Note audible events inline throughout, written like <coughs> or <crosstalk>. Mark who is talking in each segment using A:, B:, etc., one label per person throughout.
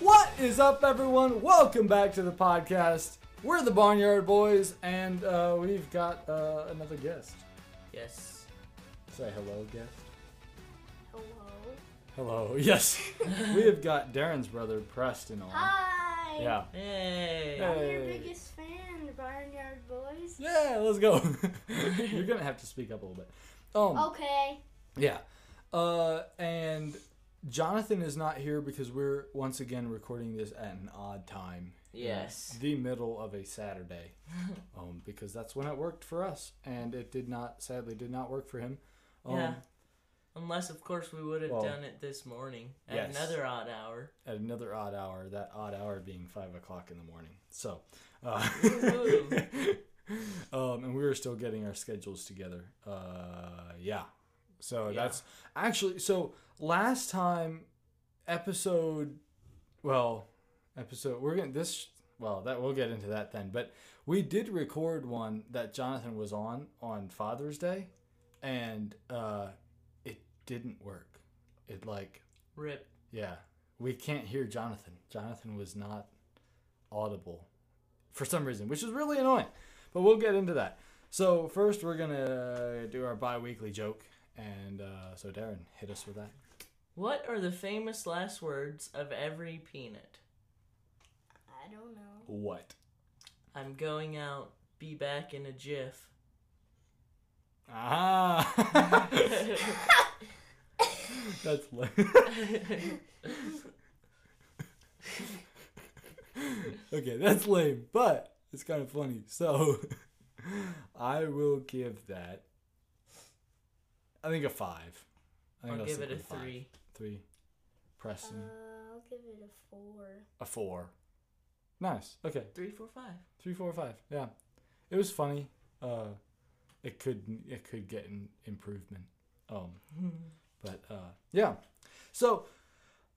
A: What is up, everyone? Welcome back to the podcast. We're the Barnyard Boys, and uh, we've got uh, another guest.
B: Yes.
A: Say hello, guest.
C: Hello.
A: Hello. <laughs> Yes. we have got Darren's brother, Preston, on.
C: Hi.
A: Yeah.
B: Hey.
C: I'm your
A: Hey.
C: biggest fan, Barnyard Boys.
A: Yeah. Let's go. <laughs> You're gonna have to speak up a little bit. Um.
C: Oh. Okay.
A: Yeah. Uh, and Jonathan is not here because we're once again recording this at an odd time.
B: Yes.
A: The middle of a
B: <laughs>
A: Saturday. um, because that's when it worked for us. And it did not, sadly, did not work for him. Um,
B: Yeah. Unless, of course, we would have
A: Well,
B: done it this morning at
A: yes.
B: another odd hour.
A: At another odd hour, that odd hour being 5 o'clock in the morning. So. Uh, <laughs>
B: Woohoo.
A: um, and we were still getting our schedules together. Uh, yeah. So
B: Yeah.
A: that's actually so last time episode well episode we're getting this well that we'll get into that then but we did record one that Jonathan was on on Father's Day and uh it didn't work it like
B: Rip.
A: yeah we can't hear Jonathan Jonathan was not audible for some reason which is really annoying but we'll get into that so first we're gonna do our bi-weekly joke and uh, so Darren hit us with that
B: What are the famous last words of every peanut?
C: I don't know.
A: what
B: I'm going out. Be back in
A: <laughs>
B: a jiff. <laughs>
A: Ah, <laughs> that's li- okay. That's lame, but it's kind of funny. So <laughs> I will give that. I think a five. I think
B: I'll give
A: stick
B: it a
A: with five.
B: three.
A: Three.
C: Uh,
A: Preston
C: I'll give it a four.
A: a four. Nice. Okay.
B: Three, four, five.
A: Three, four, five. Yeah, it was funny. Uh, it could it could get an improvement. Um, But uh, yeah, so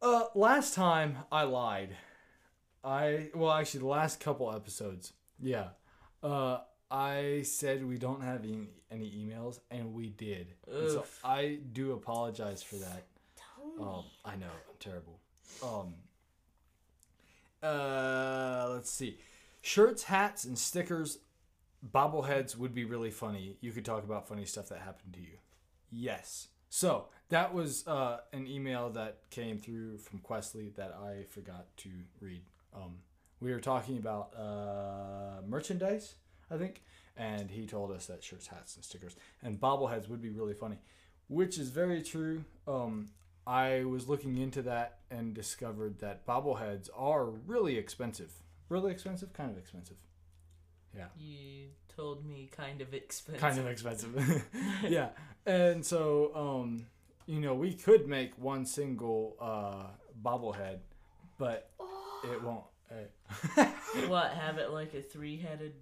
A: uh, last time I lied. I well, actually, the last couple episodes, yeah, uh, I said we don't have any, any emails, and we did. And so
B: Oof.
A: I do apologize for that.
C: Tony.
A: Um, I know I'm terrible. Um, uh, let's see, shirts, hats, and stickers, bobbleheads would be really funny. You could talk about funny stuff that happened to you. Yes. So that was uh, an email that came through from Questly that I forgot to read. Um, we were talking about uh, merchandise, I think, and he told us that shirts, hats, and stickers and bobbleheads would be really funny, which is very true. Um, I was looking into that and discovered that bobbleheads are really expensive. Really expensive? Kind of expensive. Yeah
B: You told me kind of <laughs> expensive.
A: kind of expensive. <laughs> yeah. And so, um, you know, we could make one single uh, bobblehead, but
C: Oh.
A: it won't. eh.
B: What? Have it like a three-headed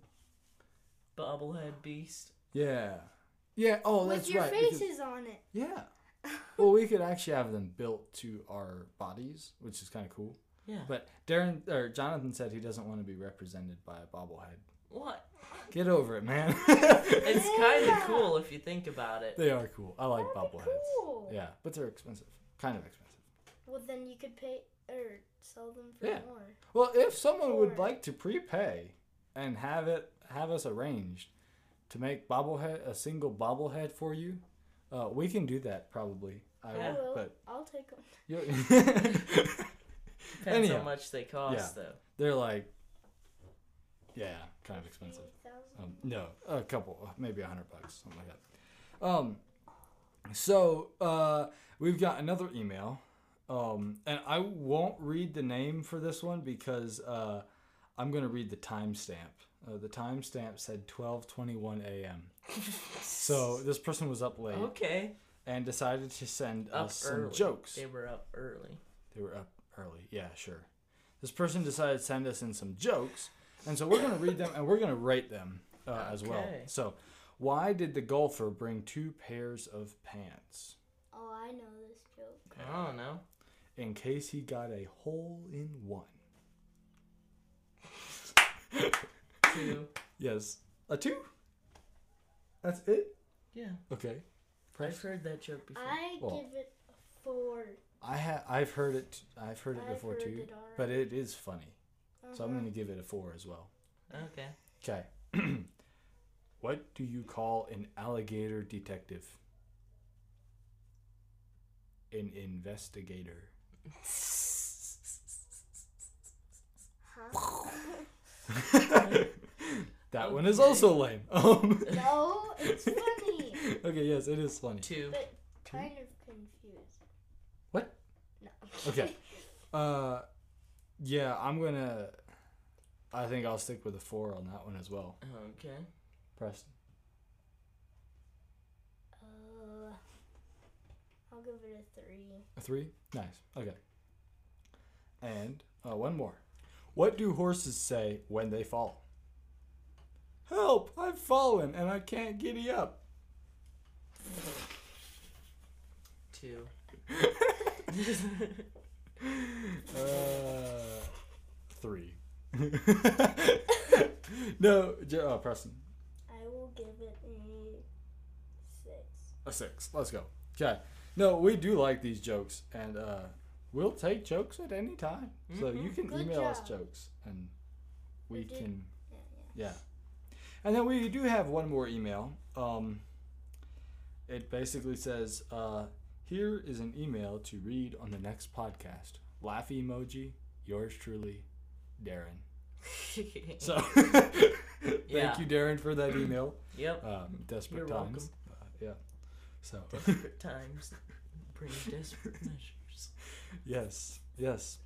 B: bobblehead beast?
A: <laughs> yeah. Yeah. Oh,
C: With
A: that's
C: your
A: right. we could-
C: faces on it.
A: yeah. Well, we could actually have them built to our bodies, which is kind of cool.
B: Yeah.
A: But Darren or Jonathan said he doesn't want to be represented by a bobblehead. <laughs>
B: What?
A: Get over it, man. <laughs>
B: It's kind of
C: Yeah.
B: cool if you think about it.
A: they are cool. I like
C: That'd be
A: bobbleheads.
C: cool.
A: Yeah, but they're expensive. Kind of expensive.
C: Well, then you could pay or sell them for
A: Yeah.
C: more.
A: Well, if someone would
C: Or-
A: like to prepay and have it have us arranged to make bobblehead a single bobblehead for you, uh, we can do that probably. I
B: Yeah.
C: I will.
A: Oh, but
C: Oh, I'll take them.
A: you <laughs>
B: Depends
A: Anyhow.
B: how much they cost, though.
A: they're like, yeah, kind of expensive. Um, no, a couple, uh, maybe a hundred bucks, something like that. Um, so uh, we've got another email, um, and I won't read the name for this one because uh, I'm going to read the timestamp. Uh, the timestamp said 12:21
B: <laughs>
A: a.m. so this person was up late
B: Okay.
A: and decided to send
B: Oh. Up
A: us some
B: early.
A: jokes.
B: They were up early.
A: They were up early. Yeah, sure. This person decided to send us in some jokes, and so we're going to read them and we're going to rate them uh, as well.
B: Okay.
A: So, why did the golfer bring two pairs of pants?
C: Oh, I know this joke.
B: I don't know.
A: In case he got a hole in one.
B: Two.
A: Yes. A two? That's it?
B: Yeah.
A: Okay.
B: I've heard that joke before.
C: I
A: Well.
C: give it a four.
A: I ha- I've heard it. I've heard it
C: I've
A: before
C: heard
A: too.
C: it already.
A: but it is funny, so I'm
C: Uh-huh.
A: gonna give it a four as well.
B: Okay.
A: Okay. <clears throat> what do you call an alligator detective? An investigator. <laughs>
C: Huh?
A: That one is
B: Okay.
A: also lame. <laughs> Um,
C: <laughs> no,
A: <laughs>
C: it's funny.
A: okay, yes, it is funny.
B: Two.
C: But kind of confused.
A: What?
C: No.
A: Okay. Uh, yeah, I'm gonna. I think I'll stick with a four on that one as well,
B: Okay.
A: Preston.
C: <laughs> Uh, I'll give it a three.
A: A three? Nice. Okay. And uh, one more. What do horses say when they fall? Help! I've fallen and I can't giddy up. <laughs>
B: Two.
A: <laughs>
B: <laughs>
A: Uh, three. <laughs> no, J- uh, Preston.
C: I will give it a six.
A: A six. Let's go. Okay. No, we do like these jokes, and uh, we'll take jokes at any time. So you can
C: Mm-hmm. Good
A: email us
C: job.
A: jokes, and we
C: We do.
A: can.
C: Yeah, yeah.
A: Yeah. And then we do have one more email. Um, it basically says, uh, here is an email to read on the next podcast. Laugh emoji, yours truly, Darren. So <laughs> thank
B: Yeah.
A: you, Darren, for that email.
B: yep.
A: Um, desperate
B: You're welcome.
A: times. Uh, yeah. So
B: <laughs> Desperate times bring
A: <laughs>
B: desperate measures.
A: yes, yes.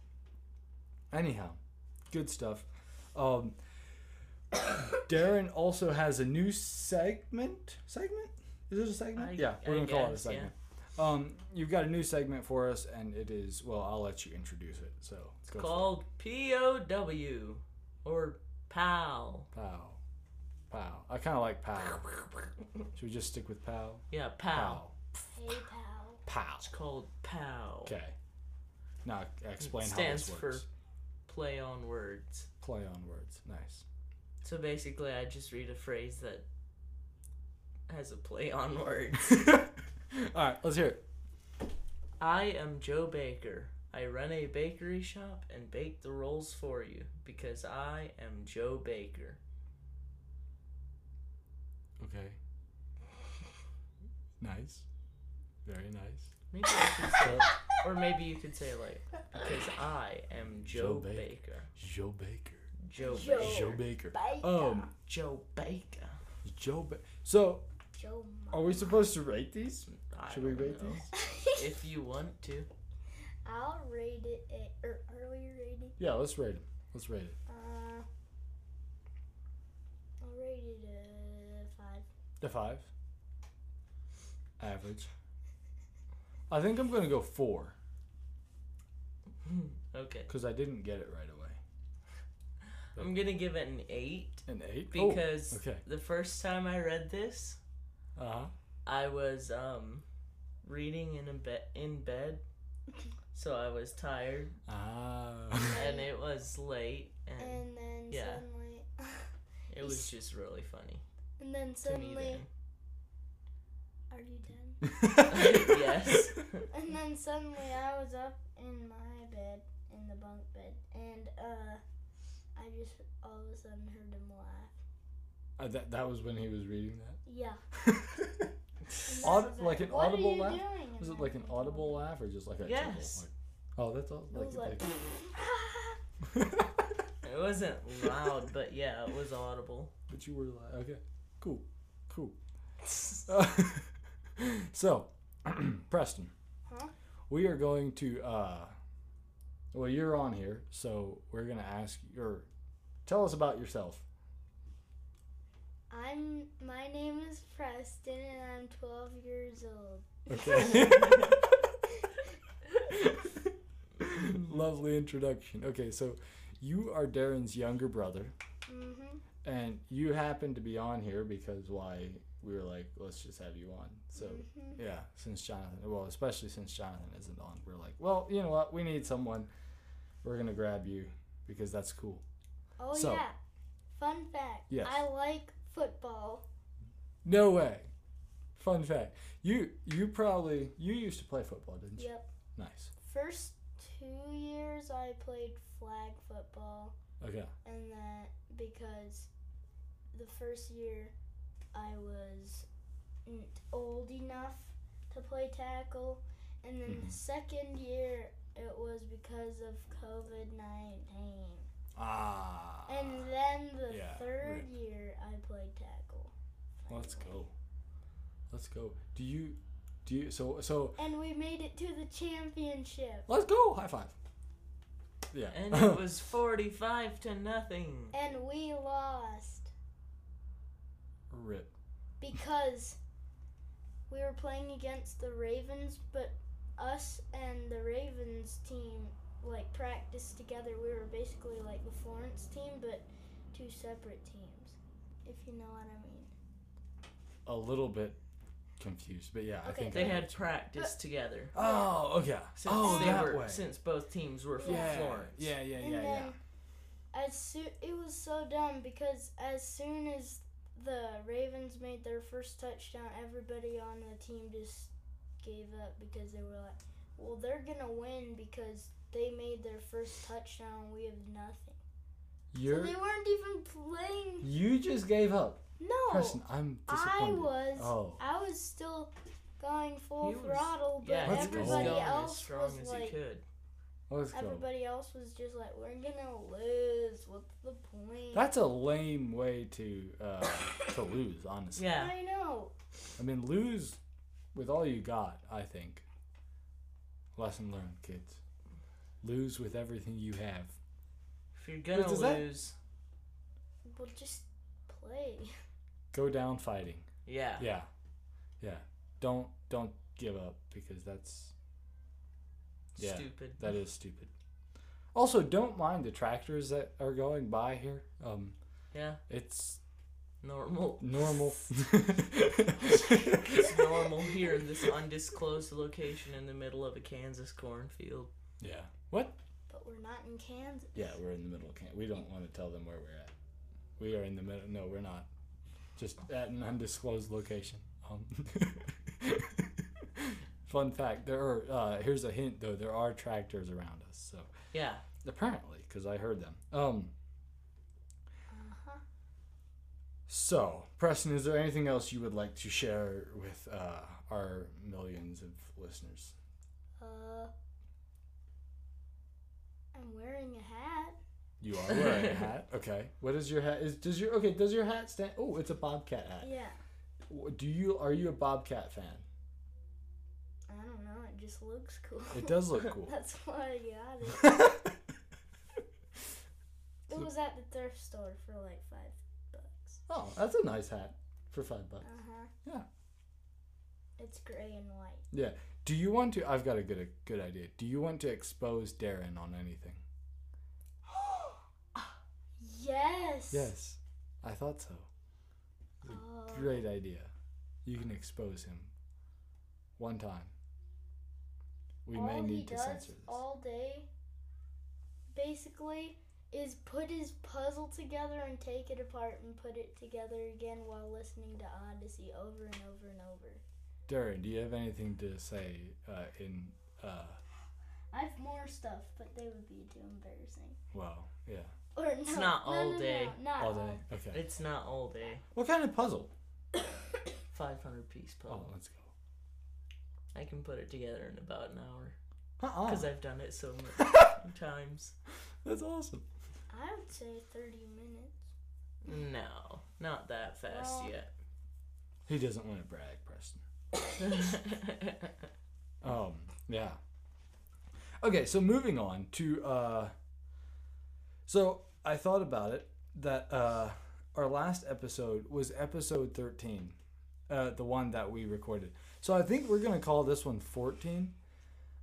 A: Anyhow, good stuff. Um, <coughs> Darren also has a new segment. Segment? Is it a segment?
B: I-
A: yeah, we're
B: I
A: gonna call it a
B: guess, yeah.
A: segment. Um, you've got a new segment for us, and it is well. I'll let you introduce it. So it's
B: Called POW or POW.
A: Pow, pow. I kind of like pow. Should we just stick with pow?
B: Yeah, POW.
C: Hey pal.
A: Pow.
B: It's called POW.
A: Okay. Now explain how
B: stands
A: this
B: for-
A: works.
B: Play on words.
A: Play on words. Nice. <laughs>
B: So basically, I just read a phrase that has a play <laughs> on words.
A: <laughs> All right, let's hear it.
B: I am Joe Baker. I run a bakery shop and bake the rolls for you because I am Joe Baker.
A: Okay. Nice. Very nice.
B: Maybe I should say, <laughs>
A: <laughs>
B: or maybe you could say like because I am
A: Joe
B: Joe,
A: Baker.
B: Baker.
A: Joe Baker.
B: Joe,
C: Joe.
B: Baker.
A: Joe Baker.
C: Baker.
A: Um,
B: Joe Baker.
A: Joe. Ba- so,
C: Joe. Ma-
A: are we supposed to rate these?
B: I
A: Should we
B: don't
A: rate
B: know.
A: these?
B: If you want to,
C: <laughs>
B: <laughs>
C: I'll rate it. A, or are we rating?
A: Yeah, let's rate them. Let's rate it.
C: Uh, I'll rate it a five.
A: A five. Average. I think I'm gonna go four
B: okay.
A: because I didn't get it right away.
B: I'm gonna give it an eight
A: An eight. Oh,
B: because
A: okay.
B: the first time I read this,
A: Uh huh.
B: I was um reading in a bed in
C: <laughs>
B: bed, so I was tired
A: Ah.
B: and it was late and
C: And then
B: Mm. yeah.
C: suddenly, <laughs>
B: it was just really funny
C: and then
B: to me
C: suddenly,
B: then.
C: are you done?
B: <laughs> <laughs>
C: <laughs>
B: yes.
C: And then suddenly I was up in my bed, in the bunk bed, and uh, I just all of a sudden heard him laugh.
A: <laughs> Uh, that, that was when he was reading
C: Yeah.
B: <laughs>
A: that.
C: And
A: Aud-
C: I was
A: like an
C: "What are
A: audible
C: you
A: laugh?
C: doing?" And
A: Was it
C: then
A: like
C: I
A: an
C: told
A: audible
C: him.
A: laugh or just like a
B: Yes.
A: chuckle? Like, oh, that's all.
C: It was like,
B: It wasn't loud, but yeah, it was audible.
A: <laughs> but you were like, okay, cool, cool. <laughs> so, <clears throat> Preston,
C: Huh?
A: we are going to. Uh, well, you're on here, so we're gonna ask your. Tell us about yourself.
C: <laughs> I'm. My name is Preston, and I'm 12 years old. <laughs>
A: Okay. <laughs> Lovely introduction. Okay, so you are Darren's younger brother.
C: Mhm.
A: And you happened to be on here because why we were like, let's just have you on. So
C: Mhm.
B: Mm-hmm.
A: yeah, since Jonathan, well, especially since Jonathan isn't on, we're like, well, you know what? We need someone. We're gonna grab you because that's cool.
C: Oh
A: So-
C: yeah. Fun fact.
A: Yes.
C: I like football.
A: No way. Fun fact, you you probably you used to play football, didn't you?
C: Yep.
A: Nice.
C: first two years I played flag football,
A: Okay.
C: and that because the first year I was n- old enough to play tackle, and then
A: Mhm.
C: the second year it was because of COVID nineteen,
A: Ah.
C: and then the
A: yeah,
C: third year I played tackle.
A: Let's
C: finally.
A: go. Let's go. Do you? Do you? So so.
C: And we made it to the championship.
A: Let's go. High five. Yeah.
B: And
A: <laughs>
B: it was 45 to nothing.
C: And we lost
A: Rip.
C: because we were playing against the Ravens, but us and the Ravens team like practiced together. We were basically like the Florence team, but two separate teams, if you know what I mean.
A: A little bit confused, but yeah, I
C: Okay.
A: think I
B: They
A: know
B: had
A: what
B: practice together.
A: you- Oh, okay.
B: Since
A: oh,
B: they
A: that
B: were,
A: way.
B: Since both teams were from
A: yeah.
B: Florence.
A: yeah. Yeah. Yeah.
C: and
A: Yeah.
C: then as soon it was so dumb because as soon as the Ravens made their first touchdown, everybody on the team just gave up because they were like, "Well, they're gonna win because they made their first touchdown. We have nothing." So
A: You're.
C: they weren't even playing.
A: You just gave up.
C: No,
A: Preston, I'm
C: I
A: disappointed.
C: was.
A: Oh.
C: I was still going full
B: He was-
C: throttle, but
B: Yeah,
A: Let's
B: he was
C: everybody
B: going as
C: else
B: strong
C: was
B: as
C: like,
B: he could.
A: Let's go.
C: everybody else was just like, "We're gonna lose. What's the point?"
A: That's a lame way to uh, <coughs> to lose, honestly.
B: Yeah.
C: I know.
A: I mean, lose with all you got. I think. Lesson learned, kids. Lose with everything you have.
B: If you're gonna
A: does that-
B: lose,
C: Well, just play.
A: Go down fighting.
B: yeah.
A: Yeah, yeah. Don't don't give up because that's Yeah.
B: Stupid.
A: that is stupid. Also, don't mind the tractors that are going by here. Um,
B: Yeah.
A: it's
B: Normal.
A: <laughs> normal.
B: It's <laughs> normal here in this undisclosed location in the middle of a Kansas cornfield.
A: yeah. What?
C: But we're not in Kansas.
A: Yeah, we're in the middle of camp. We don't want to tell them where we're at. We are in the middle. No, we're not. Just at an undisclosed location. Um, <laughs> fun fact: there are. Uh, here's a hint, though. There are tractors around us. So
B: Yeah.
A: apparently, because I heard them. Um.
C: Uh-huh.
A: So, Preston, is there anything else you would like to share with uh, our millions of listeners?
C: Uh, I'm wearing a hat.
A: You are wearing a hat. Okay. What is your hat? Is does your okay? Does your hat stand? Oh, it's a bobcat hat.
C: Yeah.
A: W- Do you are you a bobcat fan?
C: I don't know. It just looks cool. <laughs>
A: It does look cool. <laughs>
C: That's why I got it. It
A: So-
C: was at the thrift store for like five bucks.
A: oh, that's a nice hat for five bucks.
C: Uh huh.
A: Yeah.
C: It's gray and white.
A: Yeah. Do you want to? I've got a good a good idea. Do you want to expose Darren on anything?
C: Yes.
A: Yes, I thought so.
C: Oh.
A: Great idea. You can expose him one time. We may
C: all he
A: need to
C: does
A: censor this.
C: all day, basically, is put his puzzle together and take it apart and put it together again while listening to Odyssey over and over and over.
A: Darren, do you have anything to say uh, in? Uh,
C: I have more stuff, but they would be too embarrassing.
A: well, yeah,
C: Or no,
B: It's not
C: no,
B: all
C: no, no,
B: day.
C: not
A: all day. Okay.
B: It's not all day.
A: What kind of puzzle?
B: 500 piece
A: Oh,
B: puzzle.
A: let's go.
B: I can put it together in about an hour
A: Uh-uh.
B: because I've done it so
A: <laughs>
B: many times.
A: That's awesome.
C: <coughs> I would say thirty minutes.
B: No, not that fast
C: Well-
B: <laughs>
A: He doesn't want to brag, Preston.
B: yet.
A: Um, yeah. Okay, so moving on to uh so I thought about it that uh our last episode was episode 13. Uh the one that we recorded. So I think we're going to call this one 14.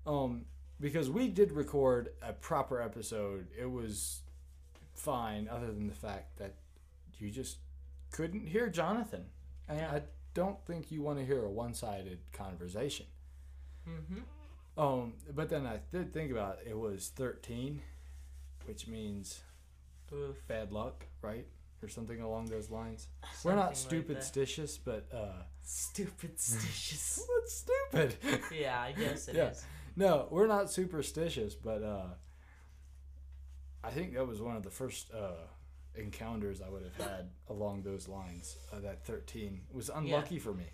A: Um because we did record a proper episode. It was fine other than the fact that you just couldn't hear Jonathan. And I don't think you want to hear a one-sided conversation.
B: hmm
A: Um, but then I did think about it, it was 13, which means
B: Oof.
A: bad luck, right? Or something along those lines. We're not
B: Something
A: stupid
B: like that.
A: stitious, but uh <laughs>
B: Stupid stitches.
A: that's stupid. <laughs>
B: yeah, I guess it is.
A: Yeah. no, we're not superstitious, but uh, I think that was one of the first uh, encounters I would have had along those lines. Uh, that 13 It was unlucky for me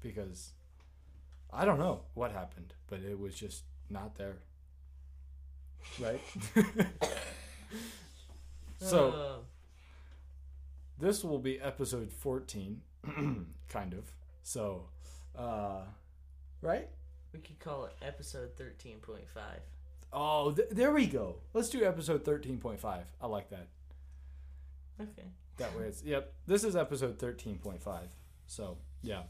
A: because I don't know what happened, but it was just not there. Right? <laughs> so.
B: Uh,
A: this will be episode 14 <clears throat> kind of so uh right
B: we could call it episode thirteen point five.
A: oh th- there we go let's do episode 13.5 i like that
B: Okay.
A: that way it's yep this is episode 13.5 so yeah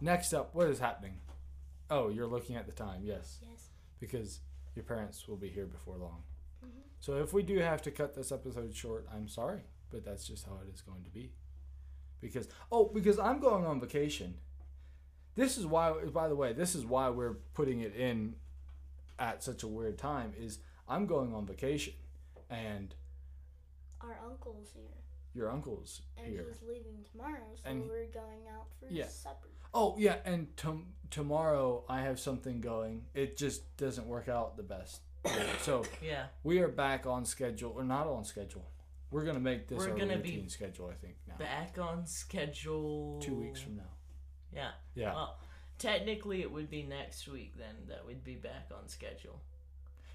A: next up what is happening oh you're looking at the time yes
C: Yes.
A: because your parents will be here before long
C: Mhm.
A: so if we do have to cut this episode short i'm sorry but that's just how it is going to be because oh because i'm going on vacation this is why by the way this is why we're putting it in at such a weird time is i'm going on vacation and
C: Our uncle's here,
A: your uncle's
C: and
A: here
C: he's leaving tomorrow, so
A: And-
C: we're going out for
A: Yeah.
C: supper.
A: Oh yeah, and tom tomorrow I have something going. It just doesn't work out the best. <coughs> so
B: Yeah.
A: we are back on schedule, or not on schedule. We're gonna make this
B: We're
A: our
B: gonna be
A: routine schedule. I think now,
B: Back on schedule.
A: two weeks from now.
B: Yeah.
A: Yeah,
B: Well, technically it would be next week then that we'd be back on schedule.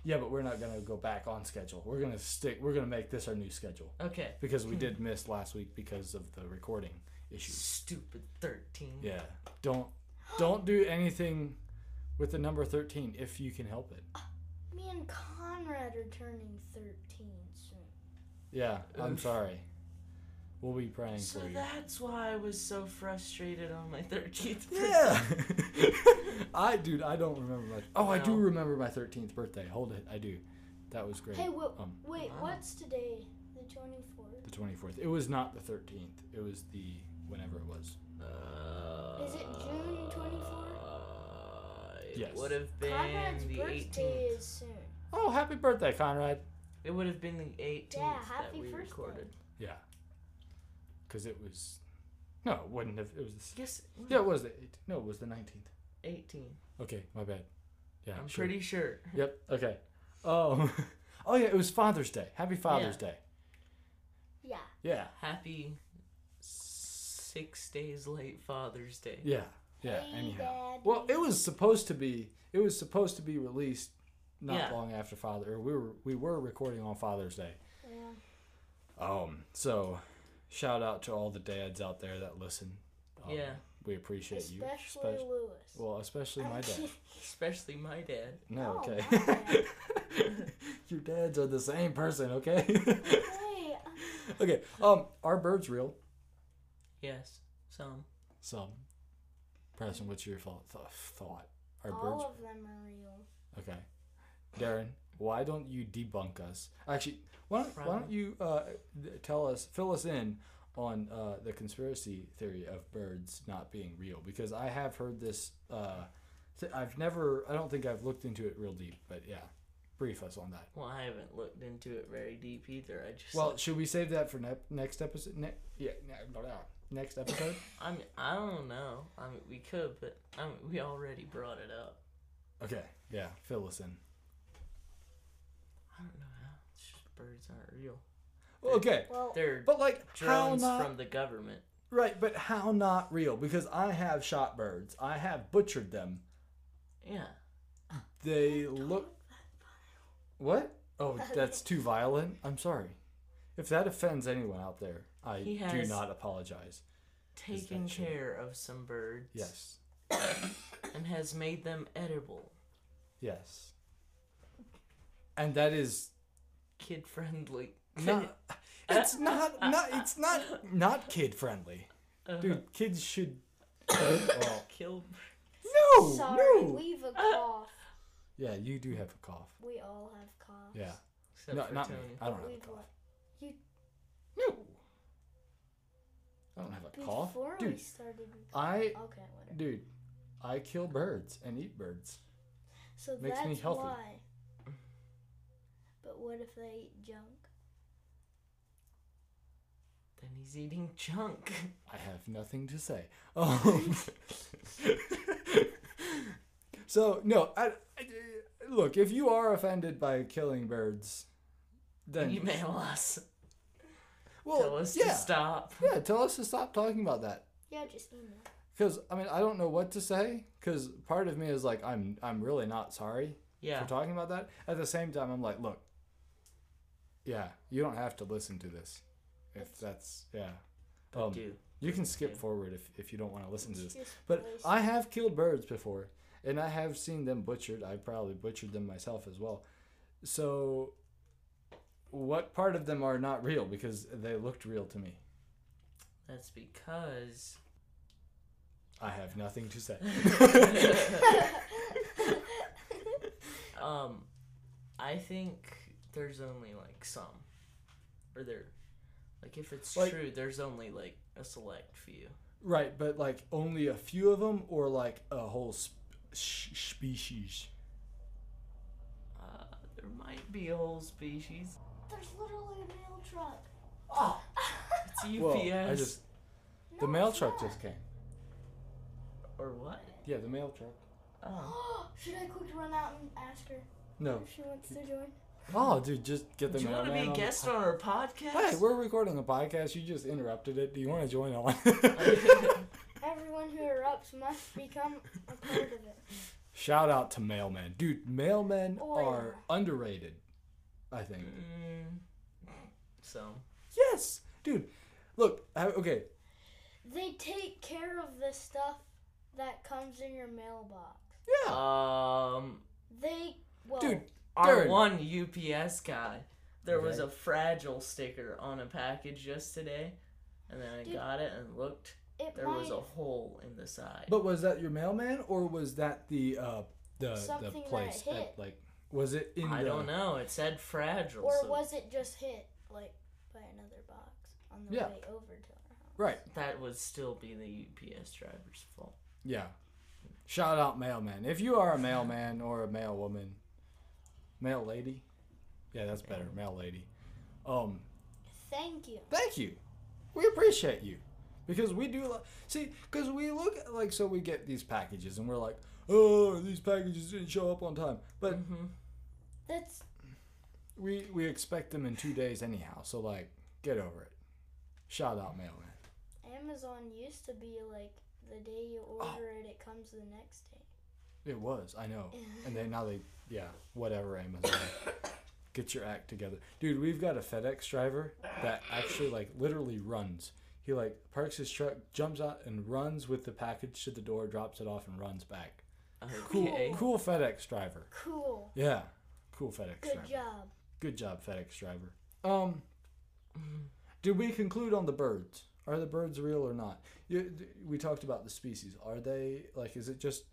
A: yeah, but we're not gonna go back on schedule. We're gonna stick. We're gonna make this our new schedule
B: Okay.
A: because we did miss last week because of the recording issues.
B: Stupid thirteen.
A: Yeah, don't don't do anything with the number thirteen if you can help it.
C: Me and Conrad are turning thirteen soon.
A: Yeah, I'm
B: Oof.
A: sorry. We'll be praying
B: So
A: for you.
B: that's why I was so frustrated on my 13th birthday.
A: Yeah. <laughs> I dude, I don't remember my. Oh, I do
B: No.
A: remember my thirteenth birthday. Hold it, I do. That was great.
C: Hey, wha-
A: Um,
C: wait,
B: wow.
C: what's today? The twenty fourth.
A: the twenty fourth. It was not the thirteenth. It was the whenever it was.
B: Uh,
C: Is it June 24?
B: it
A: Yes.
B: would have been
C: Conrad's
B: the
C: birthday
B: 18th.
C: is soon.
A: Oh, happy birthday, Conrad.
B: It would have been the 18th
C: Yeah,
B: that
C: happy
B: we
C: birthday.
B: recorded.
A: Yeah. Cause it was. No, it wouldn't have. It was. The, s-
B: Yes.
A: yeah, it was the. eight- No, it was the nineteenth.
B: 18.
A: Okay, my bad. Yeah.
B: I'm
A: sure.
B: pretty sure.
A: Yep. Okay. Oh. <laughs> oh yeah, it was Father's Day. Happy Father's Day.
C: Yeah.
A: Yeah.
B: Happy six days late Father's Day.
A: Yeah. Yeah.
C: Hey,
A: anyhow.
C: Dad.
A: Well, it was supposed to be. It was supposed to be released not
B: Yeah.
A: long after Father. Or we were we were recording on Father's Day.
C: Yeah.
A: Um. So, shout out to all the dads out there that listen. Um,
B: Yeah.
A: We appreciate you.
C: Especially
A: Espec-
C: Lewis.
A: well, especially my
C: <laughs>
A: dad.
B: Especially my dad.
A: <laughs> No,
C: Oh,
A: okay. <laughs>
C: my
A: Your dads are the same person, okay? <laughs>
C: hey, um,
A: okay. Um, are birds real?
B: Yes. Some.
A: Some. Preston, what's your thought? Th- thought? Are birds
C: all of them are real.
A: Okay. Darren, why don't you debunk us? Actually, why don't, why don't
B: Problem.
A: you uh, th- tell us, fill us in on uh, the conspiracy theory of birds not being real? Because I have heard this. Uh, th- I've never, I don't think I've looked into it real deep, but yeah, brief us on that.
B: Well, I haven't looked into it very deep either. I just
A: Well, should we save that for ne- next episode? Ne- yeah, ne- blah, blah. next episode?
B: I mean, I don't know. I mean, we could, but I mean, we already brought it up.
A: okay, yeah, fill us in.
B: I don't know how. It's just birds aren't real.
A: Okay,
C: Well,
B: They're
A: but like, how
B: drones
A: not
B: from the government.
A: Right, but how not real? Because I have shot birds. I have butchered them.
B: Yeah.
A: They look what?
C: <laughs>
A: Oh, that's too violent. I'm sorry. If that offends anyone out there, I
B: He
A: do
B: has-
A: not apologize.
B: Taking
A: true?
B: care of some birds.
A: Yes.
B: And has made them edible.
A: Yes. And that is
B: Kid friendly. <laughs>
A: not it's not not it's not not kid friendly.
B: Uh, <laughs>
A: Dude, kids
B: <coughs>
A: should <coughs> well,
B: Kill.
A: no,
C: sorry,
A: no.
C: we've a cough.
A: Yeah, you do have a cough.
C: We all have coughs.
A: Yeah.
B: Except
A: no,
B: for
A: not me.
B: Tony.
A: I don't have a
C: We've
A: cough.
C: what? You
A: No. I don't have a cough.
C: before we uh,
A: Dude,
C: started.
A: I
C: Okay, whatever.
A: dude, I kill birds and eat birds.
C: So
A: makes
C: that's
A: me healthy.
C: why. But what if they eat junk?
B: Then he's eating junk.
A: <laughs> I have nothing to say. Um, So no, I, I- look. If you are offended by killing birds, <laughs> then
B: Email us.
A: well,
B: Tell us
A: yeah,
B: to stop.
A: yeah. Tell us to stop talking about that.
C: Yeah, just email.
A: Because I mean, I don't know what to say. Because part of me is like, I'm I'm really not sorry
B: Yeah.
A: for talking about that. At the same time, I'm like, look, yeah, you don't have to listen to this. If that's yeah,
B: But
A: um,
B: do.
A: you can skip
B: Okay.
A: forward if if you don't want to listen to
C: It's
A: this.
C: just
A: But <laughs>
C: waste.
A: I have killed birds before, and I have seen them butchered. I probably butchered them myself as well. So, what part of them are not real because they looked real to me?
B: That's
A: <laughs>
B: because
A: I have nothing to say. <laughs>
B: um I think there's only like some. Or there like if it's
A: Like-
B: true, there's only like a select few.
A: Right, but like only a few of them, or like a whole sp- sh- species.
B: Uh, there might be a whole species.
C: There's literally a mail truck. <laughs>
B: Oh, it's UPS
A: Well, I just Ah. the
C: No,
A: mail
C: it's
A: truck
C: not.
A: just came.
B: or what?
A: Yeah, the mail truck.
B: Oh,
C: <gasps> Should I quick run out and ask her
A: No.
C: if she wants to join?
A: Oh, dude, just get the
B: do you want to
A: mailman
B: be
A: on.
B: a guest on our podcast?
A: Hey, we're recording a podcast. You just interrupted it. Do you want to join
B: <laughs>
A: on?
C: Everyone who erupts must become a part of it.
A: Shout out to mailmen, dude. Mailmen
C: Oh,
A: are underrated. I think.
B: Mm, so
A: Yes, dude. Look, I- okay.
C: They take care of the stuff that comes in your mailbox.
A: Yeah,
B: um,
C: They well,
A: dude.
B: our
A: Darren.
B: one UPS guy. There was
A: Okay.
B: a fragile sticker on a package just today, and then I
C: Dude.
B: got it and looked.
C: it
B: There
C: might
B: was a hole in the side.
A: But was that your mailman, or was that the uh the
C: Something
A: the
C: that
A: place
C: hit.
A: at, like? Was it in?
B: I
A: the,
B: don't know. It said fragile.
C: or
B: so
C: was it just hit like by another box on the
A: Yeah.
C: way over to our house?
A: Right.
B: that would still be the UPS driver's fault.
A: Yeah. Shout out mailman. If you are a mailman or a mail woman, mail lady. Yeah, that's better. Mail lady. Um,
C: Thank you.
A: thank you. We appreciate you because we do lo- see because we look at, like so we get these packages and we're like, oh, these packages didn't show up on time, but
B: Mm-hmm.
C: That's
A: we we expect them in two days anyhow. So like, get over it. Shout out mailman.
C: Amazon used to be like the day you
B: Oh.
C: order it, it comes the next day.
A: It was, I know. And then now they, yeah, whatever, Amazon. <coughs> Get your act together. Dude, we've got a FedEx driver that actually, like, literally runs. He, like, parks his truck, jumps out, and runs with the package to the door, drops it off, and runs back. Cool,
B: Okay.
A: cool FedEx driver.
C: Cool.
A: Yeah, cool FedEx
C: Good
A: driver.
C: job.
A: Good job, FedEx driver. Um, did we conclude on the birds? Are the birds real or not? You, d- we talked about the species. Are they like? Is it just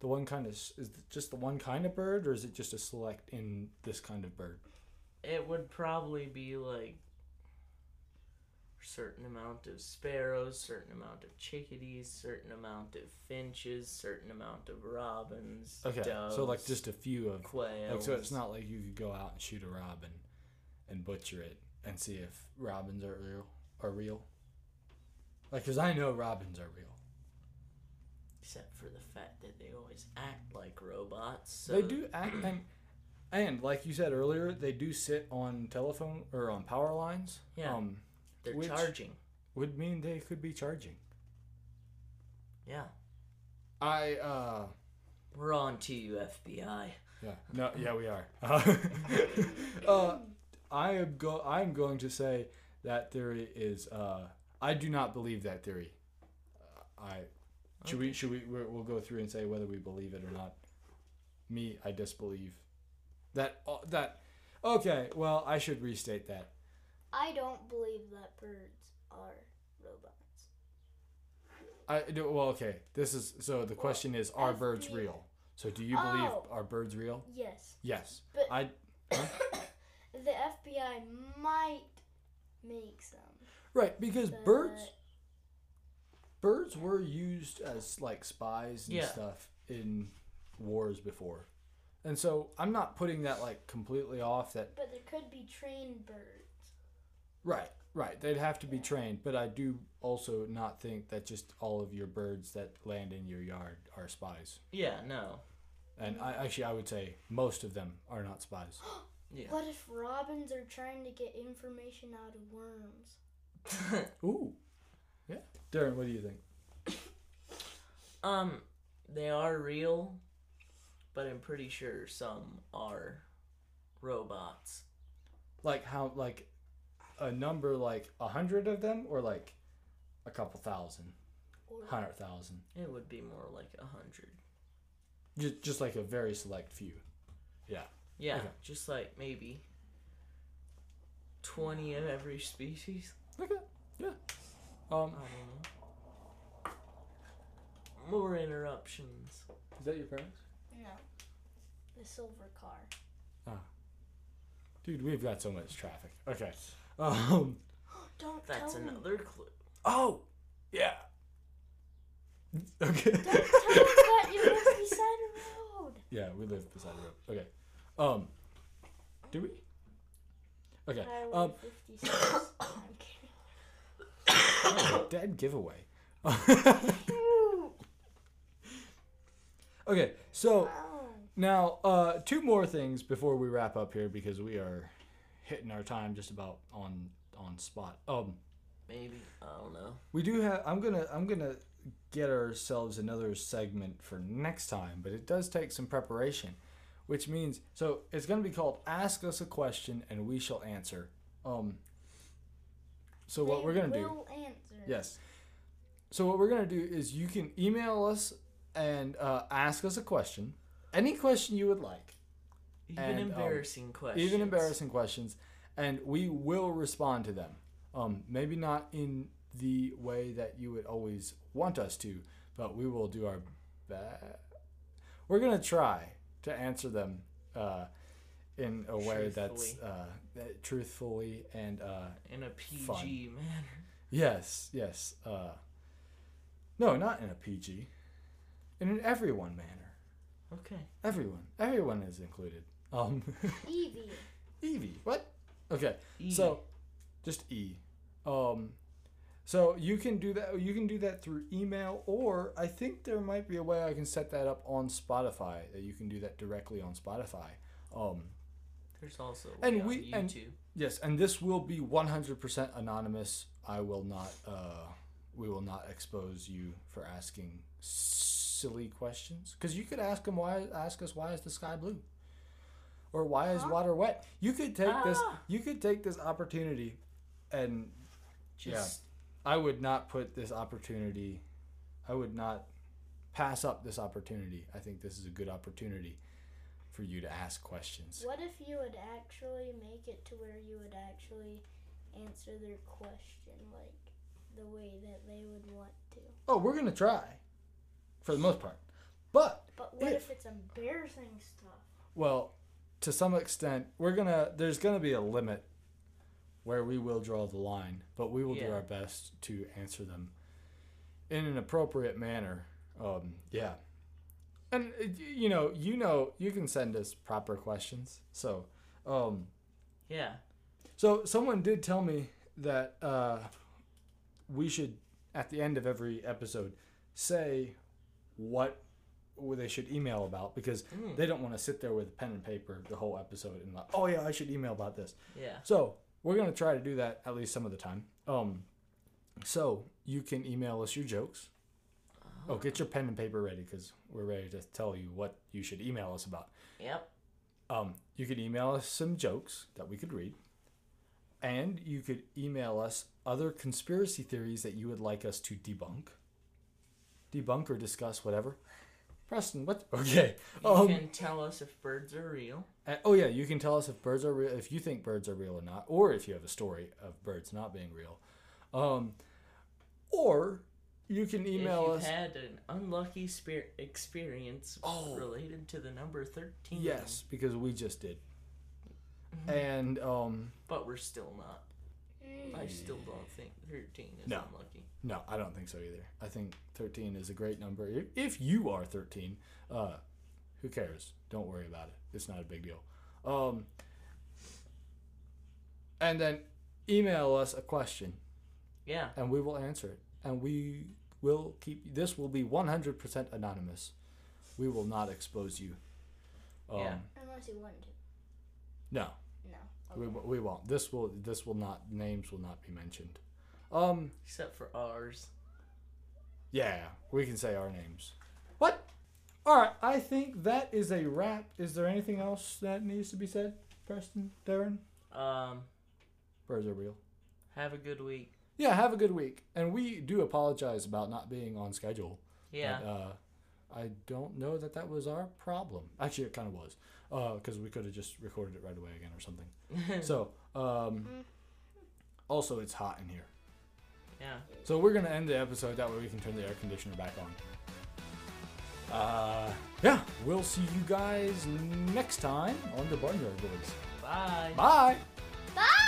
A: the one kind of? s- Is it just the one kind of bird, or is it just a select in this kind of bird?
B: It would probably be like certain amount of sparrows, certain amount of chickadees, certain amount of finches, certain amount of robins.
A: Okay,
B: doves,
A: so like just a few of.
B: quails.
A: Like, so it's not like you could go out and shoot a robin, and butcher it and see if robins are real. Are real. Like, cause I know robins are real.
B: except for the fact that they always act like robots. So
A: They do act and and like you said earlier, they do sit on telephone or on power lines.
B: Yeah.
A: Um,
B: They're
A: which-
B: charging.
A: would mean they could be charging.
B: Yeah,
A: I uh
B: we're on to you, FBI.
A: yeah no yeah we are. <laughs> uh, I am go I am going to say that theory is uh I do not believe that theory. Uh, I should we should we we're, we'll go through and say whether we believe it or not. Me I disbelieve that uh, that okay well I should restate that.
C: I don't believe that birds are robots.
A: I no, well, okay. This is so. The question is, are birds real? So, do you believe
C: Oh.
A: are birds real?
C: Yes.
A: Yes.
C: But-
A: I
C: The FBI might make some.
A: right because
C: but
A: birds birds were used as like spies and
B: Yeah.
A: stuff in wars before, and so I'm not putting that like completely off. That
C: But there could be trained birds.
A: right, right. They'd have to be trained, but I do also not think that just all of your birds that land in your yard are spies.
B: Yeah, no.
C: Mm-hmm.
A: and I, actually I would say most of them are not spies.
B: Yeah.
C: What if robins are trying to get information out of worms?
A: Ooh, yeah. Darren, what do you think?
B: <laughs> um, they are real, but I'm pretty sure some are robots.
A: Like how like a number like a hundred of them or like a couple thousand,
C: Or
A: hundred thousand,
B: It would be more like a hundred.
A: just just like a very select few. Yeah.
B: Yeah,
A: Okay.
B: just like maybe twenty of every species.
A: Okay. Yeah. Um,
B: I don't know. More interruptions.
A: is that your parents?
C: no, the silver car. <gasps>
A: Dude, we've got so much traffic. Okay. Um.
C: Don't
B: That's
C: tell me.
B: another clue.
A: Oh. Yeah. Okay.
C: <laughs>
A: <laughs>
C: Don't tell us that you live beside a road.
A: yeah, we live beside the road. Okay. Um. Do we? Okay.
C: Highway
A: Um.
C: 56. <coughs> I'm kidding.
A: oh, <coughs> dead giveaway. <laughs> okay. So
C: Wow.
A: now, uh, two more things before we wrap up here because we are hitting our time just about on on spot. Um.
B: Maybe I don't know.
A: We do have. I'm gonna. I'm gonna get ourselves another segment for next time, but it does take some preparation, which means so it's gonna be called "Ask Us a Question and We Shall Answer." Um. So what
C: They
A: we're gonna do?
C: will answer.
A: Yes. So what we're gonna do is you can email us and uh, ask us a question, any question you would like,
B: Even
A: And, um,
B: embarrassing questions.
A: even embarrassing questions, and we will respond to them. Um, maybe not in the way that you would always want us to, but we will do our best. We're gonna try to answer them uh, in a way that's
B: Truthfully.
A: uh, that truthfully and uh,
B: in a PG
A: Fun.
B: manner.
A: yes, yes. Uh, no, not in a PG, in an everyone manner.
B: <laughs> Okay.
A: Everyone, everyone is included. Um, <laughs>
C: Evie.
A: Evie, what? Okay.
B: E.
A: So, just E. Um, so you can do that. You can do that through email, or I think there might be a way I can set that up on Spotify. That you can do that directly on Spotify. Um,
B: there's also
A: and
B: and
A: we-
B: we
A: and-
B: YouTube.
A: yes, and this will be one hundred percent anonymous. I will not. Uh, we will not expose you for asking silly questions because you could ask them why. Ask us why is the sky blue, or why is
C: Huh?
A: water wet? You could take this.
B: Ah.
A: You could take this opportunity, and yeah.
B: Just
A: I would not put this opportunity. I would not pass up this opportunity. I think this is a good opportunity for you to ask questions.
C: What if you would actually make it to where you would actually answer their question like the way that they would want to?
A: Oh, we're gonna try, for the most part. But
C: But what
A: If-
C: if, it's embarrassing stuff?
A: well, to some extent, we're gonna. There's gonna be a limit where we will draw the line, but we will do
B: Yeah.
A: our best to answer them in an appropriate manner. Um, yeah. And uh, y- you know, you know, you can send us proper questions. So, um,
B: yeah.
A: So someone did tell me that uh, we should, at the end of every episode, say what they should email about because
B: Mm.
A: they don't want to sit there with pen and paper the whole episode and like, oh yeah, I should email about this.
B: Yeah.
A: So we're gonna try to do that at least some of the time. Um, so you can email us your jokes. Oh, get your pen and paper ready because we're ready to tell you what you should email us about.
B: Yep.
A: Um, you could email us some jokes that we could read, and you could email us other conspiracy theories that you would like us to debunk, debunk or discuss, whatever. Preston, what? <laughs> Okay.
B: You
A: Um,
B: can tell us if birds are real.
A: uh, oh yeah, you can tell us if birds are real, if you think birds are real or not, or if you have a story of birds not being real, um, or you can
B: if
A: email
B: you've
A: us.
B: had an unlucky spirit experience
A: Oh.
B: related to the number thirteen.
A: Yes, because we just did,
B: Mm-hmm.
A: and um,
B: But we're still not. I still don't think thirteen is
A: Mm. No.
B: unlucky.
A: No, I don't think so either. I think 13 is a great number. If- If you are 13, uh, who cares? Don't worry about it. It's not a big deal. Um, and then email us a question
B: Yeah.
A: and we will answer it. And we will keep this will be 100% anonymous. We will not expose you Um,
B: Yeah.
C: Unless you want to.
A: No,
C: No.
A: we,
C: Okay.
A: w- we won't. This will this will not names will not be mentioned. Um,
B: Except for ours.
A: yeah, we can say our names. What? All right, I think that is a wrap. Is there anything else that needs to be said, Preston, Darren?
B: Um,
A: Where's our real?
B: have a good week.
A: Yeah, have a good week. And we do apologize about not being on schedule.
B: Yeah.
A: But, uh, I don't know that that was our problem. Actually, it kind of was, because we could have just recorded it right away again or something. so, um, also, it's hot in here.
B: yeah.
A: So we're gonna end the episode that way we can turn the air conditioner back on. Uh, yeah, we'll see you guys next time on the Barnyard Boys.
B: Bye.
A: Bye.
C: Bye!